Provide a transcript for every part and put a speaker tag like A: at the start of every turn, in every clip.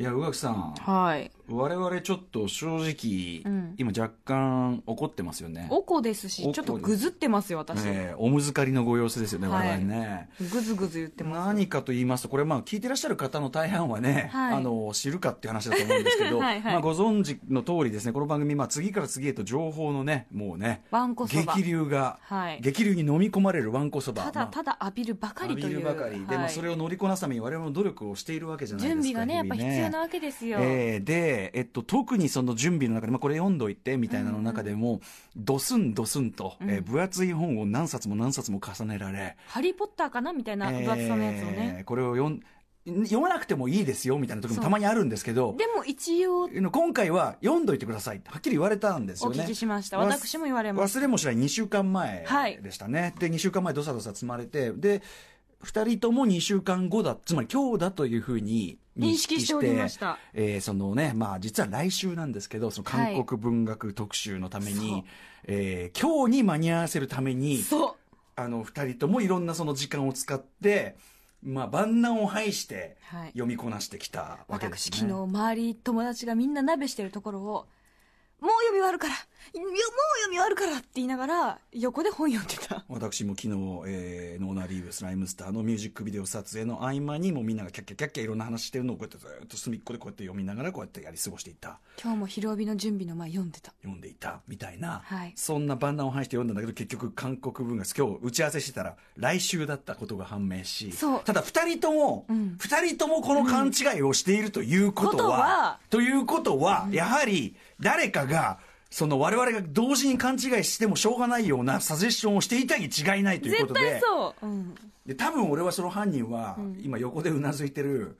A: いや宇垣さん
B: はい。
A: 我々ちょっと正直、
B: うん
A: 今若干怒ってますよね
B: おこですし、
A: おこ
B: ちょっとぐずってますよ、私。
A: えーおむずかりのご様子ですよね、
B: はい
A: 我々ね
B: ぐずぐず言ってます。
A: 何かと言いますとこれまあ聞いてらっしゃる方の大半はね、
B: はい
A: あの知るかっていう話だと思うんですけど
B: はいはい
A: まあ、ご存知の通りですねこの番組、まあ、次から次へと情報のねもうね
B: わんこそば
A: 激。流が、
B: はい
A: 激流に飲み込まれるわんこそば
B: ただただ浴びるばかりという。
A: 浴びるばかりで、
B: はい
A: まあ、それを乗りこなすために我々も努力をしているわけじゃないです
B: 準
A: か
B: 備がね、やっぱ
A: 日々
B: 必要なわけですよ。
A: えーで、えっと、特にその準備の中で、まあ、これ読んどいてみたいなの中でも、ドスンドスンと、えー
B: うん
A: 分厚い本を何冊も何冊も重ねられ、
B: ハリー・ポッターかなみたいな
A: えー
B: 分厚さのやつをね。
A: これを読ん読まなくてもいいですよみたいな時も
B: そう
A: たまにあるんですけど
B: でも一応、
A: 今回は読んどいてくださいってはっきり言われたんです
B: お
A: よね
B: 聞きしました。
A: わ
B: 私も言われまし
A: 忘れもしない2週間前
B: はい
A: でしたね、で2週間前どさどさ積まれてで2人とも2週間後だつまり今日だというふうに
B: た。認識しておりました。
A: えーそのね、まあ実は来週なんですけど、その韓国文学特集のために、
B: そう
A: えー今日に間に合わせるために、
B: そ
A: あの、二人ともいろんなその時間を使って、まあ万難を排して
B: う。はい。
A: 読みこなしてきたわけで
B: 私
A: す
B: 昨日
A: ね。
B: 周り友達がみんな鍋してるところを「もう読み終わるからよもう読み終わるから」って言いながら横で本読んでた
A: 私も昨日、えーノーナ・リーブ・スライムスターのミュージックビデオ撮影の合間にもうみんながキャッキャキャッキャいろんな話してるのをこうやってずっと隅っこでこうやって読みながらこうやってやり過ごしていた
B: 今日も昼帯の準備の前読んでた
A: 読んでいたみたいな、
B: はい
A: そんな万難を排して読んだんだけど結局韓国文学今日打ち合わせしてたら来週だったことが判明し
B: そう
A: ただ2人とも、
B: う
A: 二
B: ん
A: 2人ともこの勘違いをしているということは,、ということは、やはり誰かがその我々が同時に勘違いしてもしょうがないようなサジェッションをしていたに違いないということ
B: 絶
A: で
B: 対そう、うん、
A: で多分俺はその犯人は、今横でうなずいてる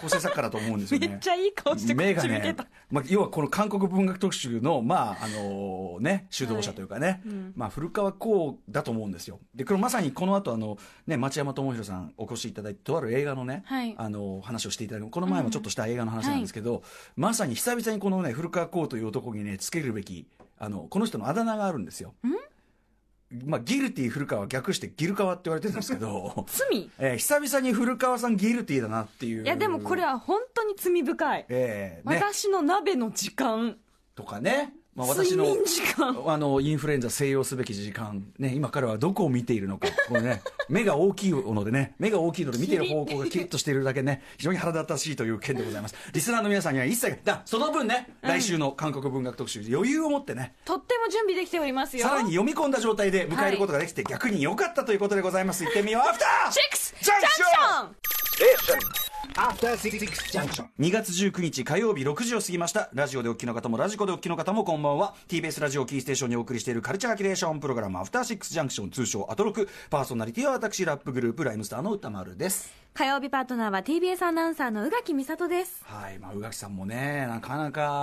A: 構成作家だと思うんですよ
B: め
A: ね。
B: っちゃいい顔してこ
A: 目
B: っ
A: が
B: ち見て
A: ね
B: た、、
A: まあ、要はこの韓国文学特集の、まあ、あのね、主導者というかね、
B: うん
A: まあ、古川光だと思うんですよ。で、これまさにこの後、あの、ね、町山智博さんお越しいただいて、とある映画のね、
B: はい、
A: あの、話をしていただく、この前もちょっとした映画の話なんですけど、まさに久々にこのね、古川光という男にね、つけるべき、あの、この人のあだ名があるんですよ。まあ、ギルティー古川は逆してギル川って言われてるんですけど
B: 罪い
A: えー久々に古川さんギルティーだなっていう。
B: やでもこれ、は本当に罪深い、
A: えーね、
B: 私の鍋の時間、
A: とかね、まあ、私
B: 睡
A: の
B: 眠時間
A: あのインフルエンザ静養すべき時間、ね、今彼はどこを見ているのか、このね、 目が大きいのでね、目が大きいので見ている方向がキリッとしているだけね、非常に腹立たしいという件でございます。リスナーの皆さんには一切、だその分ね、来週の韓国文学特集、余裕を持ってね、
B: とっても準備できておりますよ
A: さらに読み込んだ状態で迎えることができて、逆に良かったということでございます。行ってみよう、アフター
B: シックスジ
A: ジ
B: ャ
A: ャ
B: ン
A: ン
B: ク
A: ク
B: シ
A: シ
B: ョ
A: ョ
B: ン
C: After Six Junction.
A: 2月19日火曜日6時を過ぎましたラジオでお聞きの方もラジコでお聞きの方もこんばんは TBS ラジオキーステーションにお送りしているカルチャーキュレーションプログラム「アフターシックスジャンクション」通称アトロクパーソナリティは私ラップグループライムスターの歌丸です
B: 火曜日パートナーは TBS アナウンサーの宇垣美里です
A: はいまあ宇垣さんもねなかなか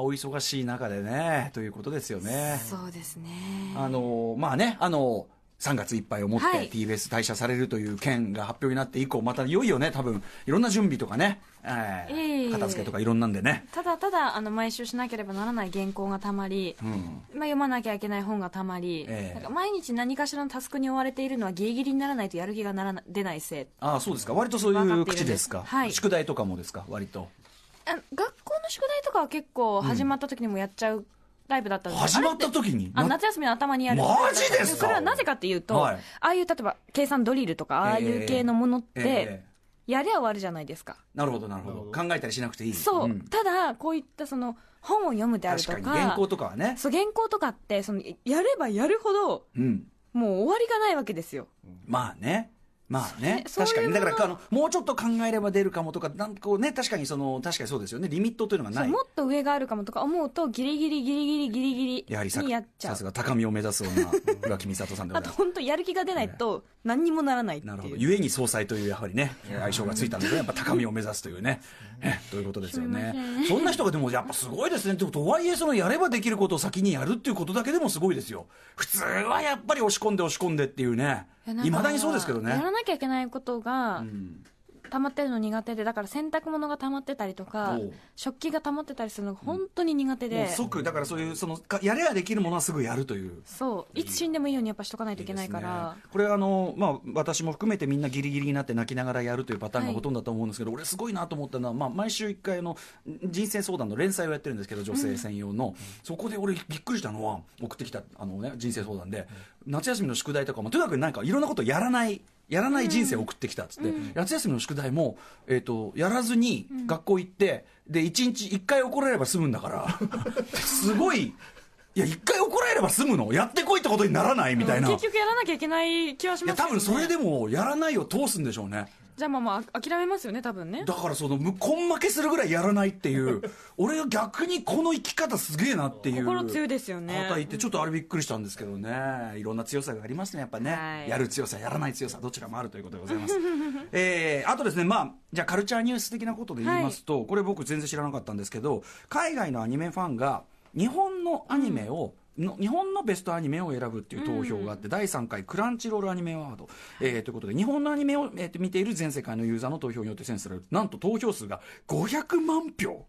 A: お忙しい中でねということですよね
B: そうですね
A: あのまあねあの3月いっぱいをもって
B: はい
A: TBS 退社されるという件が発表になって以降、またいよいよね、多分いろんな準備とかね、えー
B: ええ
A: 片付けとかいろんなんでね、
B: ただただあの毎週しなければならない原稿がたまり、
A: うん、
B: まあ、読まなきゃいけない本がたまり、
A: ええ
B: なんか毎日何かしらのタスクに追われているのはギリギリにならないとやる気がならな出ないせい
A: ああそうですか割とそう
B: わかっ
A: い
B: ていうるんです
A: 口ですか
B: はい
A: 宿題とかもですか割と
B: あの学校の宿題とかは結構始まった時にもやっちゃうタイプだったんですけど
A: 始まった時に
B: あ
A: な
B: 夏休みの頭にやる
A: マジですか
B: それはなぜかっていうと、
A: はい
B: ああいう例えば計算ドリルとかああいう系のものって、
A: ええ
B: やりゃ終わるじゃないですか
A: なるほどなるほど考えたりしなくていい
B: そう、
A: ん
B: ただこういったその本を読むである
A: 確
B: と
A: か
B: か
A: に原稿とかはね
B: そう原稿とかってそのやればやるほど
A: うん
B: もう終わりがないわけですよ
A: まあねまあね
B: それ
A: 確か
B: そういう
A: に
B: も
A: だ
B: の
A: からあのもうちょっと考えれば出るかもとかなんかこうね確かにその確かにそうですよねリミットというのが
B: そ
A: な
B: う
A: い
B: もっと上があるかもとか思うとギリギリギリギリギリギ
A: やはりさ
B: リにやっちゃ
A: さす
B: う
A: が高みを目指す 女浦木美里さんでご
B: あ
A: ざい
B: と
A: ます
B: 本当やる気が出ないと何にもならないって
A: なるほど
B: いう
A: ゆえに総裁というやはりね相性がついたのでやっぱ高みを目指すというねえということですよねそんな人がでもやっぱすごいですねでもとはいえそのやればできることを先にやるっていうことだけでもすごいですよ普通はやっぱり押し込んで押し込んでっていうね
B: いやなんか
A: いまだにそうですけど
B: や
A: ね
B: らなきゃいけないことが、溜まってるの苦手でだから洗濯物が溜まってたりとか
A: おう
B: 食器が溜まってたりするのが本当に苦手で、
A: もう即だからそういうそのかやればできるものはすぐやるという
B: そういつ死んでもいいようにやっぱしとかないといけないから
A: いいですねこれあの、まあ、私も含めてみんなギリギリになって泣きながらやるというパターンが
B: はい
A: ほとんどだと思うんですけど、俺すごいなと思ったのは、まあ、毎週1回あの人生相談の連載をやってるんですけど女性専用の、そこで俺びっくりしたのは送ってきたあの、ね、人生相談で、夏休みの宿題とかもとにかくなんかいろんなことやらない。やらない人生を送ってきたっつって、夏休みの宿題も、えっとやらずに学校行って、で1日1回怒られれば済むんだから すごいいや1回怒られれば済むのやってこいってことにならないみたいな、
B: 結局やらなきゃいけない気はし
A: い
B: ま
A: や
B: すけ
A: 多
B: ど、ね、
A: 分それでもやらないを通すんでしょうね
B: じゃあまあまあ諦めますよね多分ね
A: だからそのむ根負けするぐらいやらないっていう俺が逆にこの生き方すげえなっていう
B: 心強いですよね
A: 方いてちょっとあれびっくりしたんですけどねいろんな強さがありますねやっぱね、
B: はい
A: やる強さやらない強さどちらもあるということでございますえーあとですねまあじゃあカルチャーニュース的なことで言いますと、これ僕全然知らなかったんですけど海外のアニメファンが日本のアニメを、の日本のベストアニメを選ぶっていう投票があって、第3回クランチロールアニメアワード、えーということで日本のアニメを、えーと見ている全世界のユーザーの投票によって選出されるなんと投票数が500万票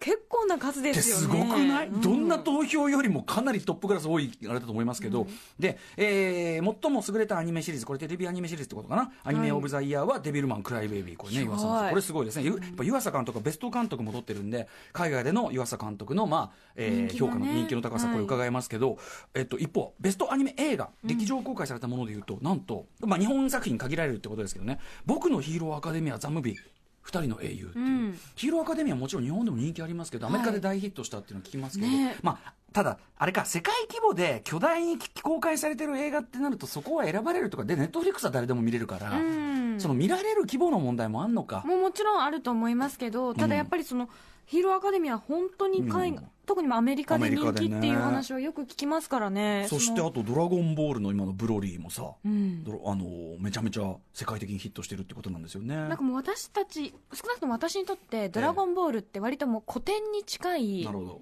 B: 結構な数で
A: って
B: すよね
A: すごくない、
B: う
A: どんな投票よりもかなりトップクラス多いあれだと思いますけど、で、えー最も優れたアニメシリーズこれテレビアニメシリーズってことかなアニメ・オブ・ザ・イヤーは「デビルマン・クライ・ベイビー」これね
B: すご
A: 岩
B: い
A: 佐さんこれすごいですねゆやっぱ湯浅監督はベスト監督も取ってるんで海外での湯浅監督の、まあえー
B: 人気
A: 評
B: がね
A: 価の人気の高さこれ伺えますけど、えっと、一方ベストアニメ映画劇場公開されたものでいうと、なんと、まあ、日本作品に限られるってことですけどね「僕のヒーローアカデミア・ザ・ムービー」二人の英雄っていう、
B: うん
A: ヒーローアカデミアはもちろん日本でも人気ありますけどアメリカで大ヒットしたっていうのを聞きますけど、
B: ね
A: まあただあれか世界規模で巨大に公開されてる映画ってなるとそこは選ばれるとかでネットフリックスは誰でも見れるから、
B: うん
A: その見られる規模の問題もあんのか、
B: もうもちろんあると思いますけど、ただやっぱりその、ヒーローアカデミーは本当に海外、特にまあアメリカで人気っていう話はよく聞きますからね。
A: そして
B: の
A: あと「ドラゴンボール」の今のブロリーもさ、
B: うん。
A: ドロあのめちゃめちゃ世界的にヒットしてるってことなんですよね。
B: なんかもう私たち、少なくとも私にとって、ドラゴンボールって割ともう古典に近い
A: なるほど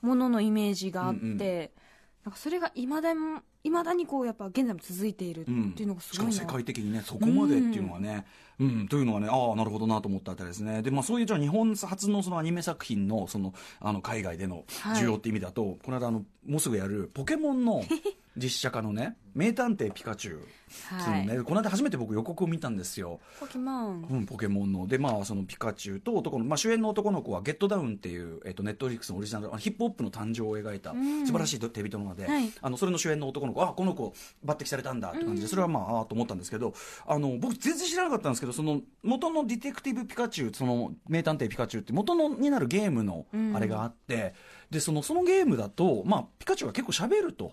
B: もののイメージがあって、
A: うんうん
B: なんかそれがいまだに、いまだにこうやっぱ現在も続いているって
A: うん
B: いうのがす
A: しか
B: ご
A: も
B: いな。
A: 世界的にね、そこまでっていうのはね、うん、というのはね、ああ、なるほどなと思ったあたりですね。で、まあそういうじゃあ日本初のそのアニメ作品の、その、あの、海外での
B: はい
A: 需要って意味だと、この間あの、もうすぐやるポケモン の実写化のね、名探偵ピカチュウ。そ
B: は
A: の
B: い。
A: ね、この間初めて僕予告を見たんですよ。
B: ポケモン。
A: うん、ポケモンの。で、まあ、そのピカチュウと男の、まあ、主演の男の子は、ゲットダウンっていう、えっ、と、ネットフリックスのオリジナル、あのヒップホップの誕生を描いた、
B: ん
A: 素晴らしいテレビドラマで、
B: はい
A: あの、それの主演の男の子、あ、この子、抜擢されたんだって感じで、それはまあ、ああ、と思ったんですけど、あの、僕、全然知らなかったんですけど、その、元のディテクティブピカチュウ、その、名探偵ピカチュウって、元のになるゲームの
B: うん、
A: あれがあって、で、その、そのゲームだと、まあ、ピカチュウが結構喋ると。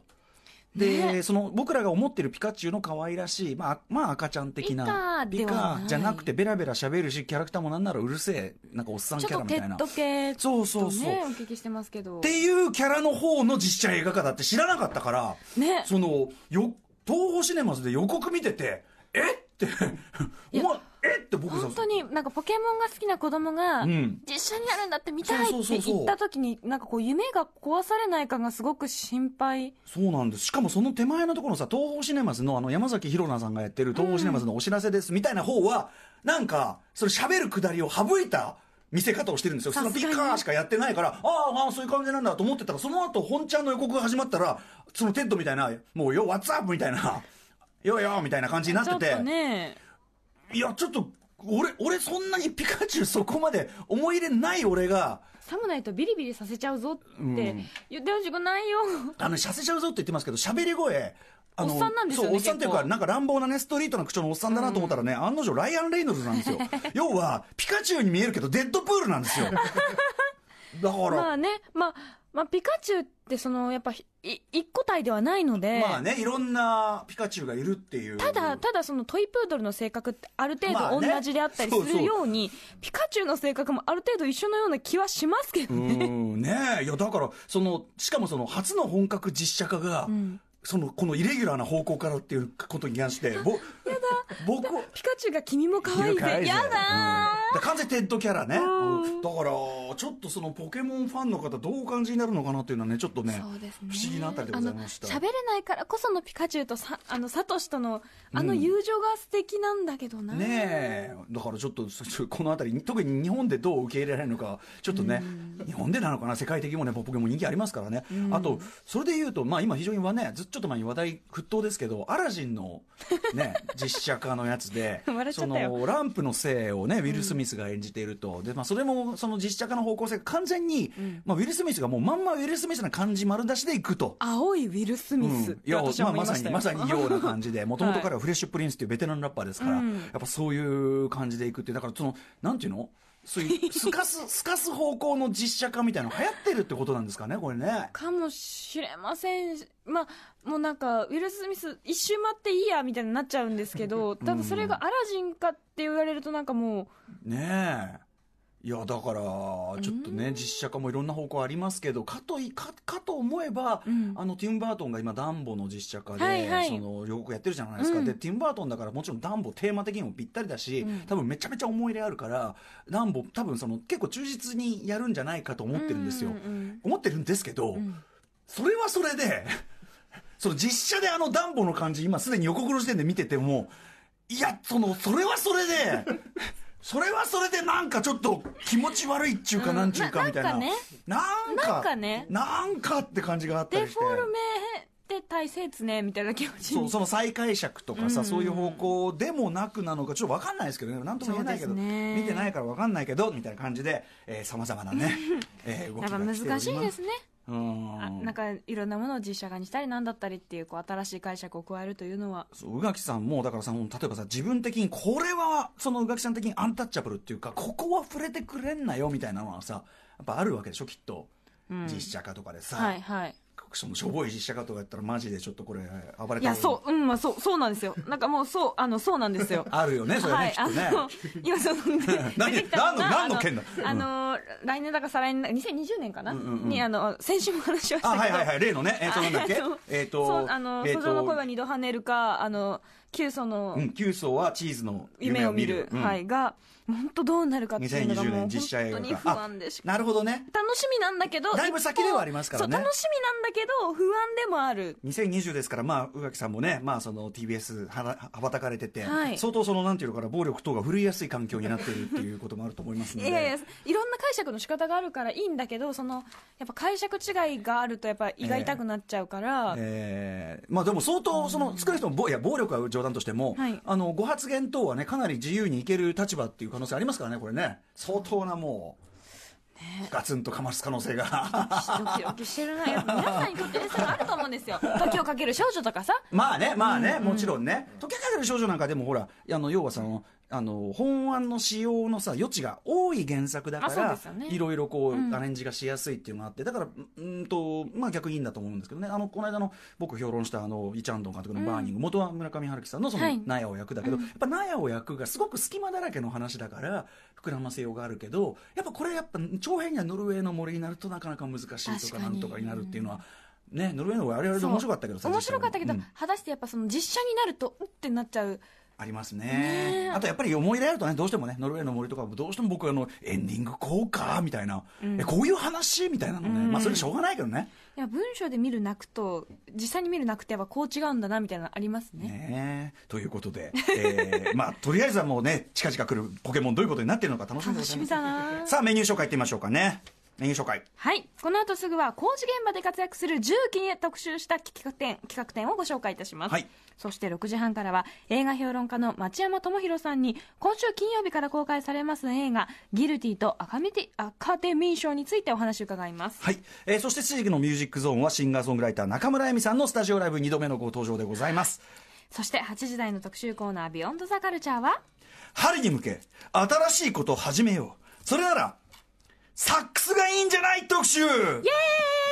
A: で、
B: ね
A: その僕らが思ってるピカチュウの可愛らしい、まあ、まあ赤ちゃん的な
B: ピカではない
A: ピカじゃなくてベラベラ喋るしキャラクターもなんならうるせえなんかおっさん
B: ち
A: キ
B: ょっ
A: ャ
B: と
A: ラみ
B: テ
A: たい
B: ッ
A: な
B: ド系と
A: そうそうそう、
B: ね、お
A: っ
B: 聞きしてますけど。
A: ていうキャラの方の実写映画化だって知らなかったから
B: ね。
A: そのよ東宝シネマズで予告見ててえってお
B: いや
A: 前えって僕さ
B: 本当になんかポケモンが好きな子供が
A: うん
B: 実写になるんだって見たい
A: そう
B: っ
A: そ
B: て
A: うそうそう
B: 言った時になんかこう夢が壊されないかがすごく心配
A: そうなんですしかもその手前のところのさ東宝シネマズのあの山崎宏奈さんがやってる東宝シネマズのお知らせですみたいな方は、なんかそれ喋るくだりを省いた見せ方をしてるんですよそ
B: さす
A: の
B: がに
A: ピカーしかやってないからああああそういう感じなんだと思ってたらその後本ちゃんの予告が始まったらそのテッドみたいな「もうよワッツアップ」みたいな 「よよ」みたいな感じになっ
B: ち
A: て
B: ょってとね
A: いやちょっと俺俺そんなにピカチュウそこまで思い入れない俺が。
B: さもないとビリビリさせちゃうぞって
A: ん
B: 言ってほしくないよ
A: あの、シャセシャウゾって言ってますけど、喋り声、あの
B: おっさんなんですよね
A: そう、おっさんっていうか、
B: 結構
A: なんか乱暴なね、ストリートな口調のおっさんだなと思ったらね、案の定、ライアン・レイノルズなん ですよ。要は、ピカチュウに見えるけど、デッドプールなんですよ。だから、
B: まあねまあまあピカチュウってそのやっぱひい一個体ではないので
A: まあね、いろんなピカチュウがいるっていう。
B: ただ、ただそのトイプードルの性格ってある程
A: まあ
B: 度
A: ね
B: 同じであったりす
A: そうそう
B: るように、ピカチュウの性格もある程度一緒のような気はしますけど
A: う
B: ね。
A: ん、ねえいや、だから、その、しかもその、初の本格実写化が、その、このイレギュラーな方向からっていうことに関して、ぼ僕は
B: ピカチュウが君も可愛い
A: いや可愛
B: ぜ。
A: いぜ
B: や
A: うん
B: だ
A: だから完全にテッドキャラね、
B: ん
A: うんだからちょっとそのポケモンファンの方どうお感じになるのかなっていうのはねちょっとね
B: ー。そうですね。
A: 不思議なあたりでございました
B: あの喋れないからこそのピカチュウとさ、あの、サトシとの、あの友情が素敵なんだけどな。
A: ねえだからちょっとそそこのあたり特に日本でどう受け入れられるのかちょっとね、日本でなのかな世界的にもねポケモン人気ありますからね、あとそれで言うと、まあ、今非常にはねずっとちょっと前に話題沸騰ですけどアラジンの、 ね、実写化のやつで
B: 笑っちゃ
A: そ
B: ったよ
A: のランプの性をねウィル・スミスが演じていると、でまあ、それもその実写化の方向性が完全に、まあ、ウィル・スミスがもうまんまウィル・スミスな感じ丸出しでいくと。
B: 青いウィル・スミスっ
A: うんい
B: て
A: や
B: 私
A: ま
B: は
A: あ、
B: 思
A: ま
B: いま
A: さ
B: した
A: に
B: よ。
A: まさにような感じ でもともと彼はフレッシュプリンスっていうベテランラッパーですから、
B: うん
A: やっぱそういう感じでいくってだからそのなんていうのそう いうすかすすかす方向の実写化みたいなの流行ってるってことなんですかねこれね。
B: かもしれませんしまあ、もうなんか、ウィル・スミス、一周待っていいや、みたいになっちゃうんですけど、ただそれがアラジンかって言われるとなんかも
A: ねえいやだからちょっとね実写化もいろんな方向ありますけどかといかかと思えば、
B: うん
A: あのティム・バートンが今ダンボの実写化で、
B: はいはい
A: その両国やってるじゃないですか、
B: うん
A: でティム・バートンだからもちろんダンボテーマ的にもぴったりだし、
B: うん
A: 多分めちゃめちゃ思い入れあるからダンボ多分その結構忠実にやるんじゃないかと
B: う、
A: 思ってるんですよ、
B: ううん
A: 思ってるんですけど、
B: うん
A: それはそれで その実写であのダンボの感じ今すでに予告の時点で見ててもいやそのそれはそれで それはそれでなんかちょっと気持ち悪いっちゅうか
B: うん
A: なんちゅうか
B: な
A: みたいな、
B: なんかね
A: なんか
B: なんかね
A: なんかって感じがあった
B: デ
A: りして
B: フォルメって大切ね、みたいな気持ち
A: そ
B: に
A: うその再解釈とかさ、そういう方向でもなくなのかちょっと分かんないですけどねなんとも言えないけど、
B: そうですね
A: 見てないから分かんないけどみたいな感じでさまざまな ね、えー動き
B: や
A: が
B: っぱ難しい
A: 来ておりま
B: ですね、
A: うん
B: あなんかいろんなものを実写化にしたりなんだったりっていうこう新しい解釈を加えるというのは
A: そう宇垣さんもだからさもう例えばさ自分的にこれはその宇垣さん的にアンタッチャブルっていうかここは触れてくれんなよみたいなのはさやっぱあるわけでしょきっと、
B: うん
A: 実写化とかでさ、
B: はいはい
A: そのしょぼい実写化とかやったらマジでちょっとこれ暴れ
B: い
A: た
B: やそううんまあそうそうなんですよなんかもうそうあのそうなんですよ
A: あるよねそれね、
B: はい
A: きっ
B: あ
A: と
B: の
A: ね
B: 今その
A: 何
B: 出てきたが
A: 何の何の件だ
B: あのあの来年だか再来年2020年かなにあの先週も話しま
A: あ
B: した
A: は
B: け
A: い
B: ど
A: はいはい例のねえっ、となんだっけ
B: あの
A: えっ、
B: そ
A: と
B: うあの
A: えっ
B: 訴状の声は二度跳ねるかあの急訴の、
A: うん急走はチーズの
B: 夢を見る
A: うん
B: はい、が本当どうなるかっていうのが
A: 2020
B: もう
A: 年実写映
B: 本
A: 画
B: 当に
A: 化
B: 不安でし
A: あなるほどね
B: 楽しみなんだけど
A: だいぶ先ではありますからね
B: 一方そう楽しみなんだけど不安でもある
A: 2020ですから、まあ、宇垣さんもね、まあ、その TBS はら羽ばたかれてて、
B: はい
A: 相当その、なんていうのかな、暴力等が振るいやすい環境になっているっていうこともあると思います
B: い
A: の
B: や
A: で。
B: いやいろんな解釈の仕方があるからいいんだけどそのやっぱ解釈違いがあるとやっぱ胃が痛くなっちゃうから、
A: えーまあでも相当、その少なくとも暴いや暴力は冗談としても、
B: はい
A: あのご発言等はね、かなり自由にいける立場っていう可能性ありますからね、これね、相当なもう、ガツンとかます可能性が、
B: ドキドキしてるなやっぱ皆さんにとって餌があると思うんで すよ時をかける少女とかさ
A: まあね、まあね、もちろんね、時計かける少女なんかでも、ほら、あの要はその、あの本案の使用のさ余地が多い原作だか
B: あそう
A: ら、
B: ですよね
A: いろいろこう、アレンジがしやすいっていうのがあってだからうんーとまあ逆にいいんだと思うんですけどねあのこの間の僕評論したあのイチャンドン監督の「バーニング」元は村上春樹さんのそ
B: は
A: の
B: い
A: 納屋を焼くだけど、やっぱ納屋を焼くがすごく隙間だらけの話だから膨らませようがあるけどやっぱこれやっぱ長編にはノルウェーの森になるとなかなか難しいと
B: 確
A: か
B: かに
A: なんとかになるっていうのは。ね、ノルウェーの方が我々で面白かったけどさ
B: そう面白かったけど、
A: うん
B: 果たしてやっぱその実写になるとうってなっちゃう
A: あります
B: ね
A: ね
B: え
A: あとやっぱり思い入れあるとねどうしてもねノルウェーの森とかもどうしても僕あのエンディングこうかみたいな、えこういう話みたいなのね、まあそれしょうがないけどね
B: いや文章で見る泣くと実際に見る泣くってやっぱこう違うんだなみたいなのありますね
A: ねえということで、えー まあとりあえずはもうね近々来るポケモンどういうことになってるのか楽しみで
B: 楽
A: ござ
B: し
A: いま
B: み
A: す
B: だな
A: さあメニュー紹介いってみましょうかねメニュー紹介
B: はいこの後すぐは工事現場で活躍する重機に特集した企画展企画展をご紹介いたします、
A: はい
B: そして6時半からは映画評論家の町山智博さんに今週金曜日から公開されます映画「ギルティとアカミティアカデミー賞」についてお話を伺います
A: はい、えーそして7時のミュージックゾーンはシンガーソングライター中村恵美さんのスタジオライブ2度目のご登場でございます
B: そして8時台の特集コーナー「ビヨンドザカルチャーは
A: 春に向け新しいことを始めようそれならサックスがいいんじゃない特集イエーイ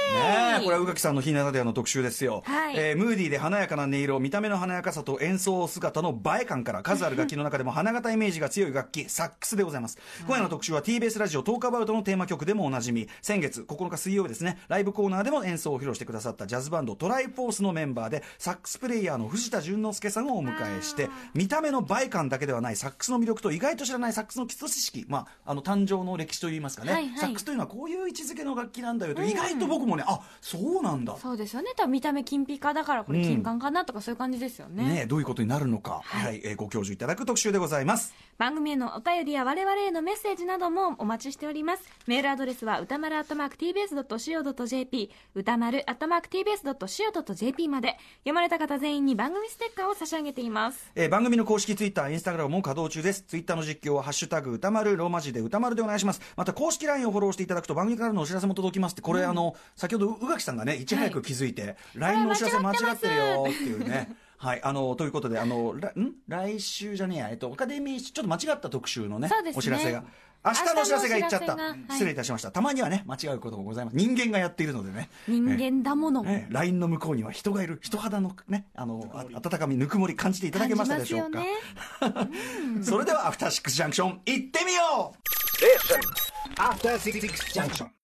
A: ねえこれは宇垣さんの日向での特集ですよ、
B: はい
A: えームーディーで華やかな音色見た目の華やかさと演奏姿の映え感から数ある楽器の中でも花形イメージが強い楽器サックスでございます、今夜の特集は TBS ラジオトークアバウトのテーマ曲でもおなじみ先月9日水曜日ですねライブコーナーでも演奏を披露してくださったジャズバンドトライフォースのメンバーでサックスプレイヤーの藤田淳之介さんをお迎えして見た目の映え感だけではないサックスの魅力と意外と知らないサックスの基礎知識、まあ、あの誕生の歴史といいますかね、
B: はいはい
A: サックスというのはこういう位置づけの楽器なんだよと、意外と僕もねあそうなんだ
B: そうですよね多分見た目金ピカだからこれ金管かなとかそういう感じですよね,、
A: ね、どういうことになるのか、はいえーご教授いただく特集でございます。
B: 番組へのお便りや我々へのメッセージなどもお待ちしておりますメールアドレスは歌丸 @tbs.co.jp 歌丸 @tbs.co.jp まで読まれた方全員に番組ステッカーを差し上げています
A: えー番組の公式ツイッター、インスタグラムも稼働中です。ツイッターの実況は、ハッシュタグ歌丸、ローマ字で歌丸でお願いします。また、公式 LINE をフォローしていただくと番組からのお知らせも届きますって、これ、あの、先ほど宇垣さんがね、いち早く気づいて、LINE のお知らせ間違ってるよっていうね。はい、あの、ということで、あの、らん来週じゃねえや、えっと、アカデミー賞、ちょっと間違った特集のね、
B: そうですね
A: お知らせが。明日のお知らせが言っちゃった
B: 明日のお知らせ。が
A: 失礼いたしました。たまにはね、間違うこともございます。人間がやっているのでね。
B: 人間だもの、
A: ね、ラインの向こうには人がいる人肌のねあのあ温かみぬくもり感じていただけましたでしょうか、
B: 感 じ
A: それではアフターシックスジャンクション行ってみよう
C: Listen. After Six Junction.